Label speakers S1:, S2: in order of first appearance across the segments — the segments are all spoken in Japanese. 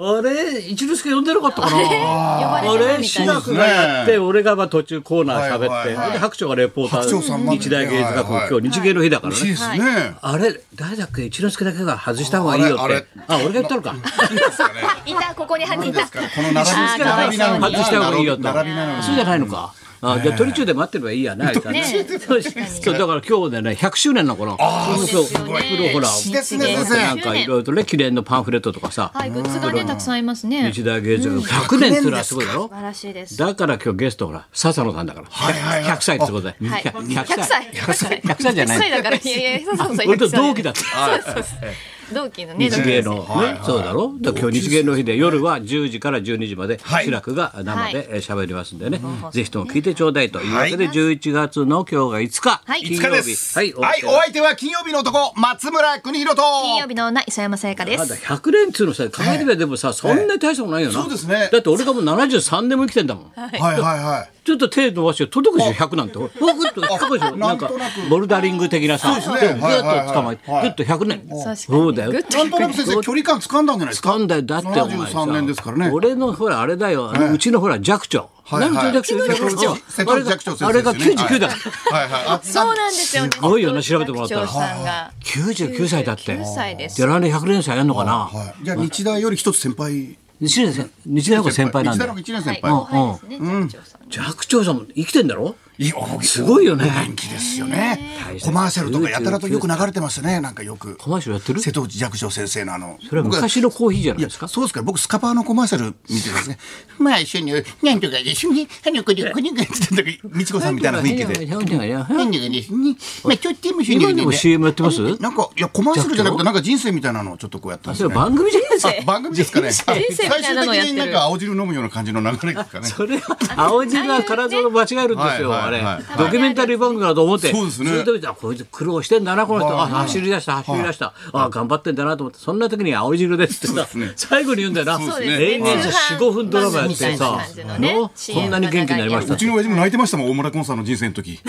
S1: あれ一之輔呼んでなかった かな
S2: 呼ばれ
S1: あ
S2: てた
S1: れ
S2: みた
S1: 志
S2: い
S1: ら
S2: な
S1: くがやって、俺がまあ途中コーナー喋って、
S3: はいはいはい
S1: で白鳥がレポータ
S3: 白鳥さん
S1: ー
S3: まで
S1: 日大芸術学部、
S3: はいはい
S1: 今日日芸の日だからね、
S3: 嬉しいですね。
S1: あれ誰だっけ一之輔だけが外した方がいいよってあ
S3: あれ
S1: 俺が言ったのか
S3: いいですかね。
S2: いたここに犯人い
S3: で
S2: た
S3: すかねこの並び
S2: あーかわい
S3: 並
S2: そうに
S3: びなのに
S1: 外した方がいいよと
S3: 並びなのに
S1: そうじゃないのか、あじゃあ鳥中で待ってればいいやなみたいな
S2: 鳥中
S1: そうそうだから今日でね100周年なのかなあそうそう
S2: そうですよね
S1: プロほら
S3: いいですね
S1: なん
S3: 先
S1: か
S3: 生
S1: なんかいろいろとね記念のパンフレットとかさ、
S2: はいグッズがねたくさんありますね素
S1: 日大芸術学部100年っていうのはすごいだろ
S2: 晴らしいです
S1: だから今日ゲストほら笹野さんだから、
S3: はいはいはい
S1: 100歳ってことで、
S2: はい
S1: 100
S2: 100
S1: 歳
S2: 歳
S1: 100歳100歳じゃ
S2: 100歳
S1: ない
S2: だからいや いやそうそうそう
S1: 俺と同期だった
S2: 同期のね
S1: 日芸の、ね
S3: はいはい
S1: そうだろだから今日日芸の日で夜は10時から12時まで
S3: はい
S1: 志らくが生
S2: はい
S1: でえー喋りますんでね、ぜひとも聞いてちょうだいというわけで、
S3: はい
S1: 11月の今日が5日、
S2: はい
S1: 金曜
S3: い
S1: 日
S3: つかです。
S1: は
S3: はいい、
S1: お相手は
S3: お相手は金曜日の男、松村邦弘と。
S2: 金曜日の女磯山さやかで
S1: まだ
S2: す
S1: 100年っつうのさ考えてみればでもさ、そんなに大したことないよな、
S3: そうですね
S1: だって俺がもう73年も生きてんだもん
S3: はいはいはい。
S1: ちょっと手伸ばして届くでしょ100なんて僕と100でしょなんか
S3: なんとなく
S1: ボルダリング的なさ
S3: そうで
S1: 手
S3: すね
S1: をグッと捕まえてグ
S3: はいはいはい
S1: ッと100年
S2: に
S1: そうだよ
S2: グッと
S3: なんとなく先生、距離感掴んだんじゃないですか。
S1: 掴んだよだってお前さ
S3: 73年ですからね。
S1: 俺のほらあれだよあのうちのほら弱長
S3: はいはい
S1: 何と弱長
S3: うちの弱長瀬戸弱長先生
S1: あれが
S3: ですよね
S1: 99だ
S3: はいはい。あ
S2: そうなんですよ
S1: すごいよね調べてもらったら
S2: 局長さんが
S1: 99歳だって
S2: 99歳です
S1: じゃあ来年100年祭やんのかな
S3: はい。じゃあ、日大より一つ先輩。
S1: 西田さん西田の方が先輩なんだ
S3: 日
S1: よ
S3: 大の一年
S2: は
S3: 先
S2: い
S3: 輩。
S2: 後輩ですね局長さん
S1: 弱長さんも生きてんだろ
S3: いや僕
S1: すごいよね
S3: 元気ですよね。コマーシャルとかやたらとよく流れてますね。なんかよく。
S1: コマーシャルやってる
S3: 瀬戸内寂聴先生のあの。
S1: それは昔のコーヒーじゃない
S3: いや
S1: ですか
S3: そうですから僕スカパーのコマーシャル見てたんですね。まあ一緒になんとか一緒にあのこれこれがつってなんか美智子さんみたいな雰囲気で。なんとかですね。まあちょっとも一緒に
S1: 今でも CM やってます
S3: なんかいやコマーシャルじゃなくてなんか人生みたいなのをちょっとこうやったんで
S1: それ
S3: すね。
S1: 番組じゃないですか
S3: あ番組ですかね。
S2: 人生みたいなのをやって
S3: 最終
S2: る
S3: 的になんか青汁飲むような感じの流れですかね。
S1: それは青汁は体を間違えるんですよ、
S3: はい
S1: あれ、
S3: はいはい
S1: ドキュメンタリー番組だと思って
S3: そうですね
S1: れで見てあこいつ苦労してんだなこの人、
S3: はい
S1: あ走り出した走り出した、あ頑張ってんだなと思ってそんな時に青汁ですってさ、
S3: そうですね
S1: 最後に言うんだよな
S3: そうですね
S1: 延々と45分ドラマやってさ、
S2: 通販番組みたいな感じのね
S1: の
S2: CM
S1: こんなに元気になりました
S3: うちの親父も泣いてましたもん大村コンさんの人生の時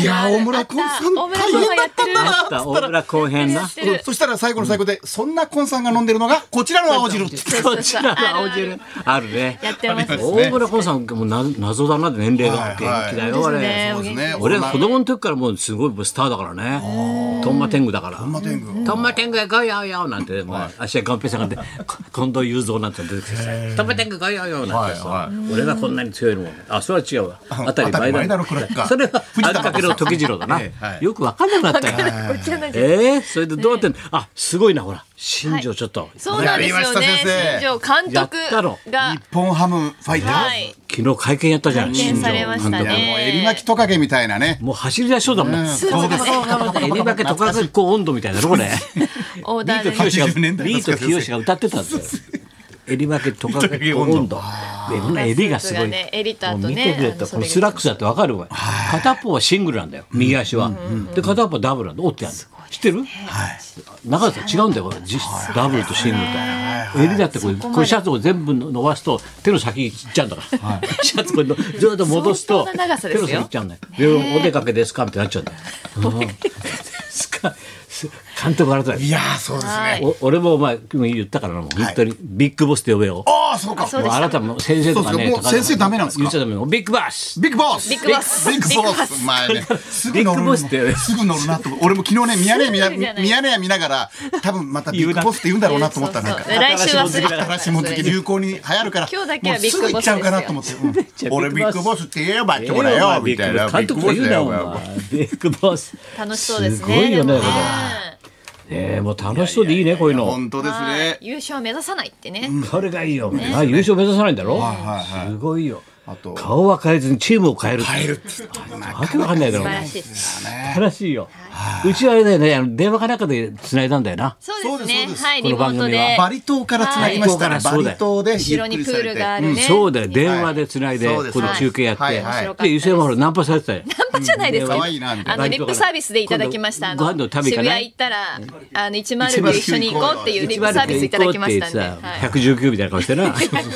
S3: いやー大村コンさん
S2: あ大村
S3: 大
S2: コンさ
S3: 変
S2: んや
S3: だ
S2: っ
S3: ってた
S2: る
S3: んだな
S1: あった大村後編な
S2: てる
S3: そしたら最後の最後で、そんなコンさんが飲んでるのがこちらの青汁
S1: そちらの青汁あるね
S2: やってます
S1: 大村コンさんもな謎だな年齢が
S3: はい
S1: 元
S3: はい
S1: 気だよあれ、
S3: そうですね
S1: 俺は子供の時からもうすごいスターだからねトンマ天狗だからトン
S3: マ天狗
S1: マ天狗がゴイヨーヨーなんてもう芦屋寛平さ んがで近藤雄三なんて出てきてさトンマ天狗ゴイヨーヨーなんてさ
S3: はい
S1: 俺がこんなに強いのもあそれは違うわあたり前
S3: あたり
S1: 田
S3: 前田
S1: の
S3: のクラッカ ー
S1: それはあ
S3: 藤
S1: る
S3: 田
S1: かけの時次郎だな
S3: ええはい
S1: よくわかんなくなったよ
S2: こっちらなんです
S1: ええそれでどうやってんのあすごいなほら新庄ちょっと
S2: そうなんですよ
S3: や
S2: ね
S3: りました先生
S2: 新庄監督
S1: やったの
S2: が
S3: 日本ハムファイターズ、
S2: はい
S1: 昨日会見やったじゃん
S2: 見
S1: 新庄
S2: されま
S1: 監
S2: した
S1: 督
S3: もう
S2: ね
S3: 襟巻きトカゲみたいなね
S1: もう走り出しそうだもんね
S3: そうです
S1: エリバケとかずこう温度みたいなのこ れ
S2: オーダーで
S1: ビートきよしが
S3: 80年代
S1: ビートきよしが歌ってたんだよ。エリマケトカゲ温度。で、このエリがすごい。
S2: スーツがね襟とあとね
S1: もう見てくれ
S2: あ
S1: た
S2: の
S1: このスラックスだってわかるわ。片方はシングルなんだよ。右足は。で、片方はダブルなんだ。折ってやる。知ってる？中田さん違うんだよ。これ実質ダブルとシングルと。襟だってこれこれシャツを全部伸ばすと手の先いっちゃうんだから。シャツこれのずっと戻すと
S2: 相当な長さ
S1: 手
S2: です
S1: の
S2: よ
S1: 先いっちゃうんだよ。でお出かけですかみたいになっちゃうんだよ。 すかす監督改めて
S3: いやーそうです
S2: はい
S3: ね
S1: お俺もお前君言ったからなもう本当にビッグボスって呼べよ。
S3: ああそうか
S2: そう
S1: もう
S2: で
S1: あ
S2: す
S1: なたも先生とかね。
S3: そうですよもう先生ダメなんですか
S1: 言っちゃダメよビッグボス。
S3: ビッグボス
S2: ビッグボス
S3: ビッグボス前ねすぐ乗
S1: ビッ
S3: る
S1: グボスって
S3: すぐ乗るなと俺も昨日ねミヤネ屋
S2: すぐ
S3: 見
S2: 乗るじ
S3: な
S2: ゃない
S3: ミヤネ屋見ながら多分またビッグボスって言うんだろうなと思ったらなんか
S2: そうそう来週忘れてた
S3: 新しいもの的流行に流行るから
S2: 今日だけはビッグ
S3: もうす
S2: ボス
S3: ぐ行っちゃうかなと思って うん俺ビッグボスって言えばってことだよみたいな
S1: 監督と言うなお前
S3: ビッグボスだ
S1: ビッグボス。
S3: よ。
S2: 楽しそうですね
S1: すごいよね
S2: でも
S1: ねえもう楽しそうでいいねこういうの。
S3: 本当です
S2: はい
S3: ね
S2: 優勝を目指さないってね
S1: それがいいよ。あ優勝目指さないんだろ
S3: はいは。い
S1: すごいよ
S3: あ。と
S1: 顔は変えずにチームを変える。
S3: 帰るって言ってた
S1: わけわかんないだろお
S2: 素晴ら
S1: 前。
S2: しいです
S1: 素晴らしいよ。うちはあれだよねあの電話かなんかで繋いだんだよな。
S2: そうです
S3: そう
S2: ね
S3: です
S2: はいリモー
S1: この
S2: ト
S1: 番組は
S2: で
S3: バリ島から繋ぎました
S1: は
S3: ね
S1: い
S3: バリ島で
S2: 後
S3: ゆ
S2: ろ
S3: っく
S2: に
S3: り
S2: プ
S3: され
S2: ー
S3: て
S2: ルがあるね
S1: そうだよ電話で繋いで
S3: そ
S1: こ
S3: うです
S1: この中継やって、
S3: はいはい
S1: で湯煎もほらナンパされてたよ。
S2: 半端じゃないですけど
S3: 可愛いなみた
S2: あ
S3: い
S1: な
S2: のリップサービスでいただきましたあの
S1: 今度ご飯の旅行
S2: 渋
S1: かない
S2: 谷行ったらあの109一緒に行こうっていうリップサービスいただきましたんで
S1: 109
S2: はい
S1: みたいな顔して な。
S2: みたい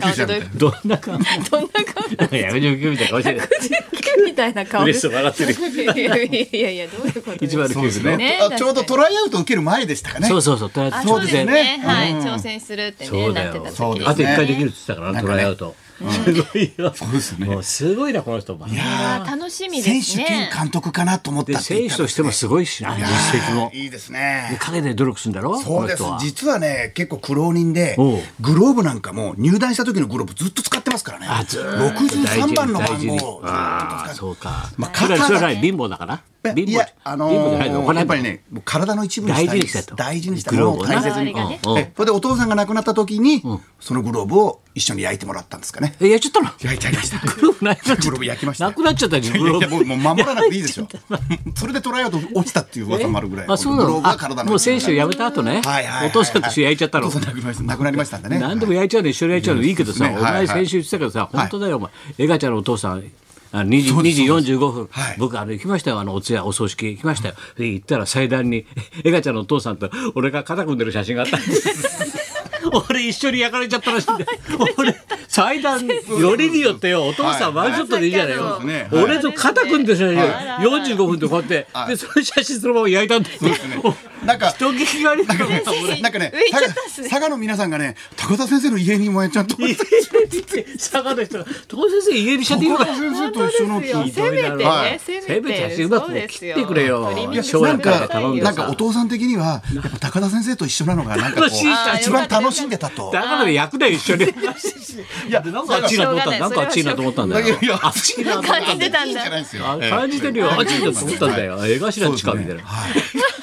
S2: な顔でどういう
S1: どんな顔？119みたいな顔してる。
S2: 9みたいな顔で
S1: 嬉し
S2: す。
S1: そ
S2: いう
S1: 笑ってる。
S2: やいやいや、どういうことですか。
S1: 109ですね。
S2: ね
S3: あちょうどトライアウト受ける前でしたかね。
S1: そうそうそう。トライア
S2: あ、
S1: ウト
S2: そう
S1: 直
S2: で
S1: 前
S2: す
S3: そうです
S2: ね。
S3: ね
S2: はい、挑戦するって
S1: そ
S2: ね、
S1: うだ
S2: なって
S1: よ。
S2: た
S3: そうで
S2: 時で
S3: ね
S2: す
S1: あと
S2: す
S1: 一回で
S2: ね。
S1: きるって言ってたから
S3: な
S1: な、
S3: ん
S1: ト
S3: かね
S1: ライアウト。すごいよ。
S3: そうですね
S1: もうすごいな、この人も。
S2: あー楽しみです
S3: 選
S2: ね。
S3: 手兼監督かなと思った
S1: で、
S3: って
S1: 選
S3: 言
S1: 手
S3: ったん
S1: と
S3: で
S1: し
S3: す
S1: てもすごいしな、実績も。
S3: いいですね。
S1: 陰で努力するんだろ
S3: そうです
S1: この人は
S3: 実はね結構苦労人で
S1: おう
S3: グローブなんかも入団した時のグローブずっと使ってますからね
S1: あ、ずーっと
S3: 63番の番号をずっと使
S1: ああ、
S3: って
S1: そうか。
S3: まあ
S1: それは
S3: 肩が
S1: それはない貧乏だから。貧乏
S3: い
S1: じ
S3: や
S1: ゃ、
S3: あの
S1: 貧乏じゃないの。お
S3: ー、
S1: 金
S3: やっ
S1: 持ち
S3: ぱりね、もう体の一部にしたいです大
S1: 大
S3: 事
S1: 事
S3: に
S1: にし
S3: し
S1: たた
S3: も
S1: と
S3: のを大切に。
S2: グローブをね
S1: うんうん
S3: えそれでお父さんが亡くなった時に
S1: うん、
S3: そのグローブを一緒に焼いてもらったんですかね。
S1: え、やっちゃったの
S3: 焼いてありました。
S1: グローブなくなっちゃった
S3: グローブ焼きました
S1: なくなっちゃったじゃん、
S3: い
S1: グ
S3: や
S1: ロ
S3: いや も
S1: ー
S3: う
S1: ブ。
S3: もう守らなくていいでしょ。それでトライアウト落ちたっていう噂もあるぐらい。
S1: あ、そうな
S3: グロー
S1: の
S3: ブが体
S1: あ
S3: の
S1: もう選手辞めた後ね
S3: はいはいはいはい。
S1: お父さんと一緒に焼いちゃった
S3: お
S1: の
S3: 父。さん亡くなりました亡くなりましたんでね。
S1: 何でも焼いちゃうの一緒に焼いちゃうのいいけどさ、
S3: はい
S1: お前先週言ってたけどさ、本当だよお前エガちゃんのお父さんあ2時 ,2 時45分、
S3: はい
S1: 僕あの行きましたよあのお通夜お葬式行きましたよで行ったら祭壇に エガちゃんのお父さんと俺が肩組んでる写真があった んです俺一緒に焼かれちゃったらしいんだ よ俺祭壇よりによってよお父さん
S3: は
S1: ワ
S3: い
S1: ンショットでいいじゃないよ、
S2: そ
S3: です
S2: う
S3: ねはい
S1: 俺と肩組んでる写真
S2: はい
S1: よ45分でこうやって、でその写真そのまま焼いたんだよ、
S3: なん か
S1: 人聞きがありながら
S2: 先 生
S3: なんかね
S2: 上行っちゃったっすね
S3: 佐賀の皆さんがね高田先生の家にもやっちゃんと高田
S1: 佐賀の人が「東先生家にしちゃっていいのかな?」
S3: 先生
S2: 本
S3: と
S2: 当
S3: 一緒の
S2: ですよ。
S3: い
S2: せめて
S3: はい
S2: ね、せめて。
S1: うまく切ってくれよ
S2: そうです
S1: い
S2: よ
S1: や
S3: な
S1: 将
S3: ん
S1: 来から
S3: か
S1: 頼んでさ
S3: なんかお父さん的にはやっぱ高田先生と一緒なのがなんかこう
S1: 楽しいあー
S3: 一番楽しんでたと
S1: だから役だよ一緒に。
S3: いや
S1: なんかあっちいなと思った。なんかあっちいなと思ったんだ
S3: いや
S1: よ
S3: い。や
S1: あっちいなと思ったんだよ
S2: 感じてたんだ。
S3: ないですよ
S1: あ感じてるよ。あっちいなと思ったんだよ。えがしら近みたいな。
S3: はい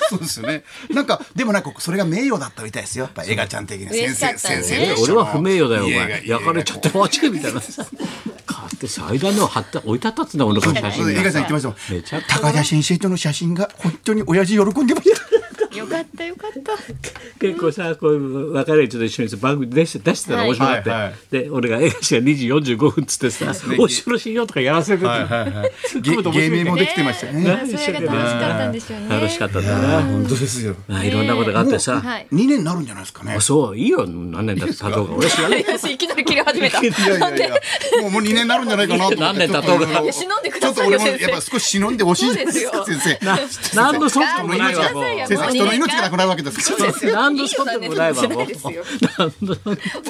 S3: そうですよねなんかでもなんかそれが名誉だったみたいですよやっぱ映画ちゃん的に先
S2: 嬉しか
S3: 生
S2: った
S3: 先
S2: ね
S3: 生
S1: え
S3: と一緒
S1: 俺
S3: の
S1: は不名誉だよお
S3: 家が
S1: 前。焼かれちゃってマジみたいな。買って祭壇の貼った置いてあったっつうんだ俺の写
S3: そうです映画ちゃん言
S1: 真
S3: ってま
S1: が。
S3: したもん
S1: めちゃくちゃ
S3: 高田先生との写真が本当に親父喜んでました
S2: よかったよかった。
S1: 結構さこういう若い人と一緒にさ番組出して出してたら
S2: はい
S1: 面白かったよ、
S3: はいはい
S1: で俺が「映画しが2時45分」っつってさ「お城しよう」とかやらせると、
S3: ゲ
S1: 組むと面白いね
S3: 芸名もできてましたよね
S2: ねそれが楽しかったんでしょうね。
S1: 楽しか
S2: っ
S1: ったんだよな、
S3: 本当ですよ
S1: まあ、いろんなことがあってさ、
S2: はい。
S3: 2年になるんじゃないですかね
S1: あそういいよ何年だって砂糖が俺知 らない
S2: 私いきなり切り始め た。
S3: いやいやいや、もうもう2年になるんじゃないかなと思って。
S1: 何年経
S3: ちょ
S1: とう
S3: っと
S1: が
S2: いや忍んでくださ
S3: ち
S2: い
S3: ょっと俺
S2: よ
S3: もやっぱ少し忍んでほしいですよ
S2: そうで
S3: 先生。
S1: 何のソフトもないわもう
S2: ごめんな
S3: 先生、人
S2: さい
S3: の命がなくなるわけですから。
S1: 何のソフトもないわもう
S2: いいよ
S1: 何の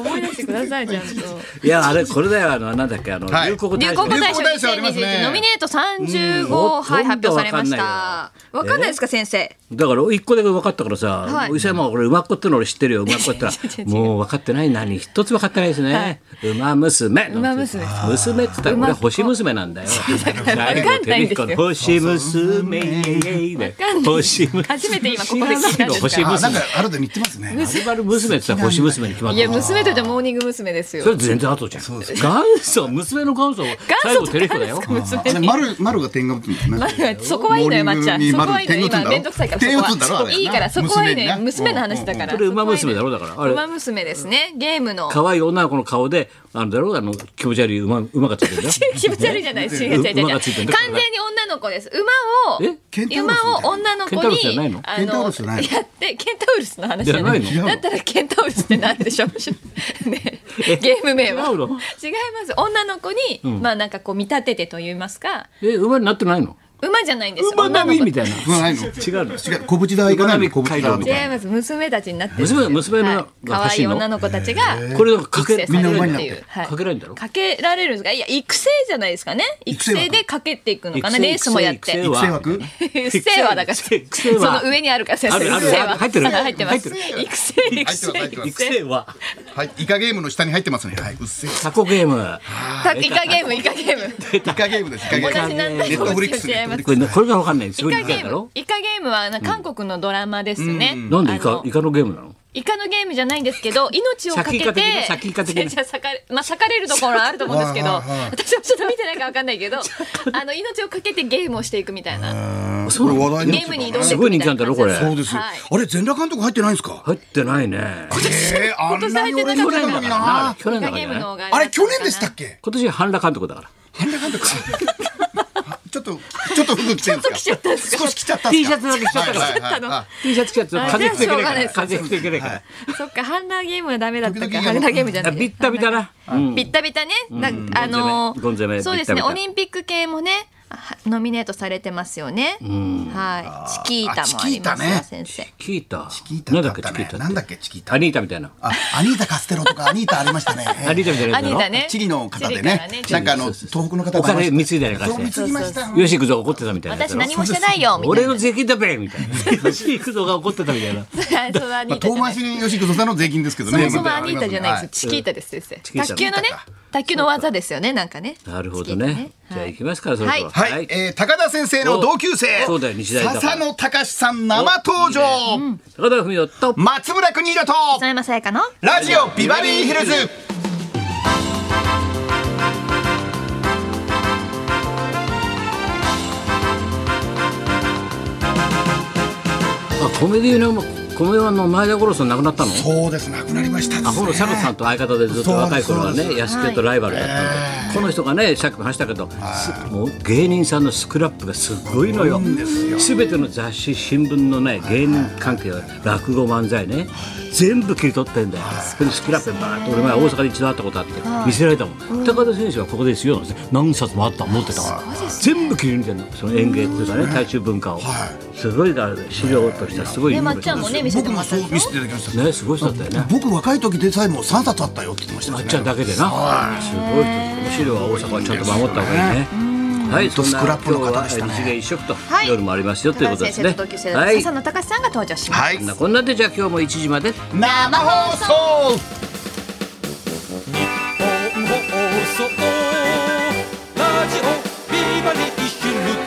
S2: 思い出してくださいちゃんと。
S1: いやあれこれだよあのなんだっけあの、
S3: はい
S1: 流行
S2: 流
S1: 大
S2: 行
S1: 賞
S2: 語
S1: ね
S2: 大賞2021ノミネート35はい発表されました。わかんないですか先生。
S1: だから一個だけ分かったからさ、
S2: はい
S1: お伊勢山は俺うまっこっての俺知ってるようまっこ ってのはもう分かってない何一つ分かってないですね、うま娘
S2: うま娘
S1: 娘って言ったら俺は星娘なん だよ
S2: 分かんないんですよ
S1: 最後星娘星娘
S2: 初めて今ここで聞いたんですから
S1: 知らないの星
S3: あ、なん
S1: 娘
S3: かあるで似て ますね。
S1: アルバル娘って言ったら星娘に決まっ
S2: い
S1: た
S2: や娘といってモーニング娘です
S1: そ
S2: よ。
S1: れ全然後じゃん元祖娘の元祖最後テレコだよ
S2: 娘
S3: あれ、丸、丸が点が打つんですね。
S2: そこはいいのよ、まっちゃん。そこはいいのよ。
S3: モーニングに丸点が打つんだ
S2: 今、
S3: ろ
S2: めんどくさいから、そこ
S3: 点打つんだろあ
S2: は。
S3: れ
S2: いいから、そこはいいの
S3: 娘に
S2: よ。
S3: ね
S2: 娘の話だから。
S1: これ馬娘だろだからあれ
S2: 馬娘ですね。ゲームの。
S1: 可愛い女の子の顔であのだろうあの気持ち悪い馬馬がついてるんだよ
S2: 気持ち悪いじゃない。違う違う違う違う。
S1: 馬が
S2: 完
S1: ついて
S2: 全
S1: ん
S2: に
S1: だから
S2: 女の子です。馬を
S1: え
S3: ケンタウロスみたいな
S2: 馬を女の子
S1: ケンタウロスじゃない
S2: に
S1: の
S2: あ
S3: ケンタウ
S2: の
S3: ロスじゃないの
S2: やってケンタウルスの話じゃない
S1: じゃない
S3: の
S2: だったらケンタウルスってなんでしょう。 ね
S1: え
S2: ゲーム名は
S1: 違
S2: 違
S1: う
S2: い
S1: の
S2: ます。女の子にまあなんかこう見立ててと言いますか、
S1: え馬になってないの
S2: 馬じゃないんですよ。
S1: 馬
S2: 女の
S1: 並
S2: 子
S1: みみたいな
S3: そうないの。違
S1: 違うの
S3: う、小淵大行かないの。小淵大
S1: み
S2: 違
S1: た
S2: います娘たちになってる
S1: 娘娘の
S2: はい可愛い女の子たちが
S1: これかけ
S2: 育成されるって
S3: みんな馬に
S2: い
S3: なっ
S2: う
S3: て
S2: はい
S1: かけられるんだろ
S2: かけられるんですがいや育成じゃないですかね育
S3: 成枠
S2: 成でかけていくのかなレースもやって
S1: 育
S3: 育成
S1: 成
S3: 枠
S1: 枠。
S2: 育成はだからそ
S1: 育成は
S2: の上にあるから先生
S1: あるある
S2: 育成は
S1: 入ってる
S2: はい入ってます
S1: 入
S2: 育成育成
S3: 入ってます入ってます
S1: 育成は
S3: はい、イカゲームの下に入ってますね。はい、うっせえ。
S1: タコゲーム
S2: たイカゲームイカゲーム
S3: イカゲームです。イカゲー
S2: 私
S3: ム。
S2: 何回
S3: ネッ
S2: も
S3: トフ
S2: 教
S3: リ
S2: え
S3: ックス。
S2: てやります
S1: これこれがわかんないす
S2: イ
S1: ごい
S2: カ
S1: 理
S2: ゲ
S1: 解だ
S2: ー
S1: ろ
S2: ムイカゲームはな韓国のドラマですね、
S1: なんでイ
S2: あ
S1: カ
S2: の
S1: イカのゲームなの
S2: イカのゲームじゃないんですけ ど命をかけて
S1: 先イカ的な先イカ的な
S2: じゃあ裂かれ まあ裂かれるところあると思うんですけど
S3: はいはいはい
S2: 私はちょっと見てないからわかんないけ どあの命をかけてゲームをしていくみたいな
S1: そうなの
S3: これ話題にな
S2: ゲ
S3: って
S2: ー
S3: たから
S2: ムに挑んでいくみたいな
S1: すごい人気なんだろこれ
S3: そうですよ。
S2: はい
S3: あれ、全裸監督入ってないんですか。
S1: 入ってないね
S3: ええ、あんなに俺見てたのにな。
S1: 去年
S2: イカ
S1: だから
S2: ゲ
S1: じゃ
S2: ーム
S1: ない
S2: の方が
S3: あれ、去年でしたっけ。
S1: 今年半裸監督だから
S3: 半田監督か。ちょっととちょっと服着てるんですか。
S2: ちょっと着ちゃったんですか
S3: 少し着ちゃったん
S1: T
S3: です
S1: シ
S3: か。
S1: ャツだけ着ちゃったか
S3: はい
S1: ら。
S3: はいはいはい
S1: T シャツ着ちゃったから風邪ひくといけないから。風邪ひくといけないから。
S2: そっか、ハンダーゲームはダメだった
S3: 時
S2: か。
S3: 々
S2: ハンダーゲームじゃな
S1: あ
S2: い。
S1: ビッタビタな。うん
S2: ビッタビタね、なあのー
S1: ゴン攻めゴン攻め
S2: そうですね、
S1: ビッタ
S2: オ
S1: ビタ
S2: リンピック系もね、あノミネートされてますよね。はい、チキータもありますよ、
S3: あチキータ
S2: 先生。
S1: チキータ。
S3: チキータ
S1: なんだっけ
S3: だ
S1: チ
S3: っ
S1: キ
S3: たね
S1: ータって。
S3: なんだっけチキータ
S1: アニータみたいな。
S3: あ、アニータカステロとかアニータありましたね。
S1: アニータみたいなや
S2: ア
S1: つだ
S2: ニー
S1: ろ
S2: タね。
S3: チリの方で
S2: チリか
S3: ね
S2: らね。
S3: なんかあの東北の方で
S1: お金貢いだよね
S3: そう貢ぎました。
S1: よし行くぞ怒ってたみたいなやつだ
S2: 私
S1: ろ。
S2: 何もしてないよみた
S1: 俺
S2: いな。
S1: の税金だべみたいな。よし行くぞが怒ってたみたいな。
S2: はい そのアニ
S3: ま
S2: ー
S3: あ
S2: タじゃ
S3: 遠
S2: な
S3: 回
S2: い。
S3: しに吉久さんの税金ですけど
S2: そ
S3: ね。
S2: もそもアニータじゃない
S3: は
S2: です。チキータです先生。
S1: キータ
S2: 卓球のね、卓球の技ですよね、なんかね。
S1: なるほど
S2: チキー
S1: ね。
S2: タ
S1: じゃあ
S2: はい
S1: 行きますからそろそろ。
S2: は
S3: はい、えー高田先生の同級生
S1: おそうだよ日大だから
S3: 笹野隆さん生登場
S1: 高田文夫と。
S3: 松村邦洋と
S2: 磯山さやかの。
S3: ラジオビバリーヒルズ
S1: あコメディのコメワの前田五郎さん亡くなったの。
S3: そうです亡くなりましたですね
S1: あこのシャクさんと相方でずっと若い頃は
S3: そうですそう
S1: ね安清とライバルだったんで、この人がねシャクも話したけど、すもう芸人さんのスクラップがすごいのよ全ての雑誌新聞のね芸人関係は落語漫才ね全部切り取ってんだよそれでスクラップバーッと俺前大阪で一度会ったことあって見せられたもん高田選手はここですよなんて何冊もあった持ってたから全部切り抜いてんのその演芸っていうかね大衆文化をすごいだから資料としてはすごい有
S2: で、ま
S1: 名
S2: っちゃんもね、見せて
S3: 僕
S2: もら
S3: も
S2: った
S3: そ
S2: で
S3: う
S2: しょ
S3: 見せていただきました
S1: ねすごい人だったよね
S3: 僕若い時でさえも三冊あったよって言ってました
S1: あっ
S3: ね
S1: ちゃんだけでな。すごい人。この資料は大阪はちゃんと守った方がいいね。はい、そんな
S3: スクラップの方でした
S1: 今
S3: ね
S1: 日は日芸一色と
S2: い
S1: 夜もありますよという
S2: 高
S1: ことで
S2: 田先
S1: す
S2: 生
S1: ね
S2: と同級生。だった
S1: はい。
S2: 笹野隆さんが登場します。
S3: はい
S1: こんなこんなでじゃあ今日も1時まで。
S3: 生放送
S4: 日本放送ラジオビバリーヒルズ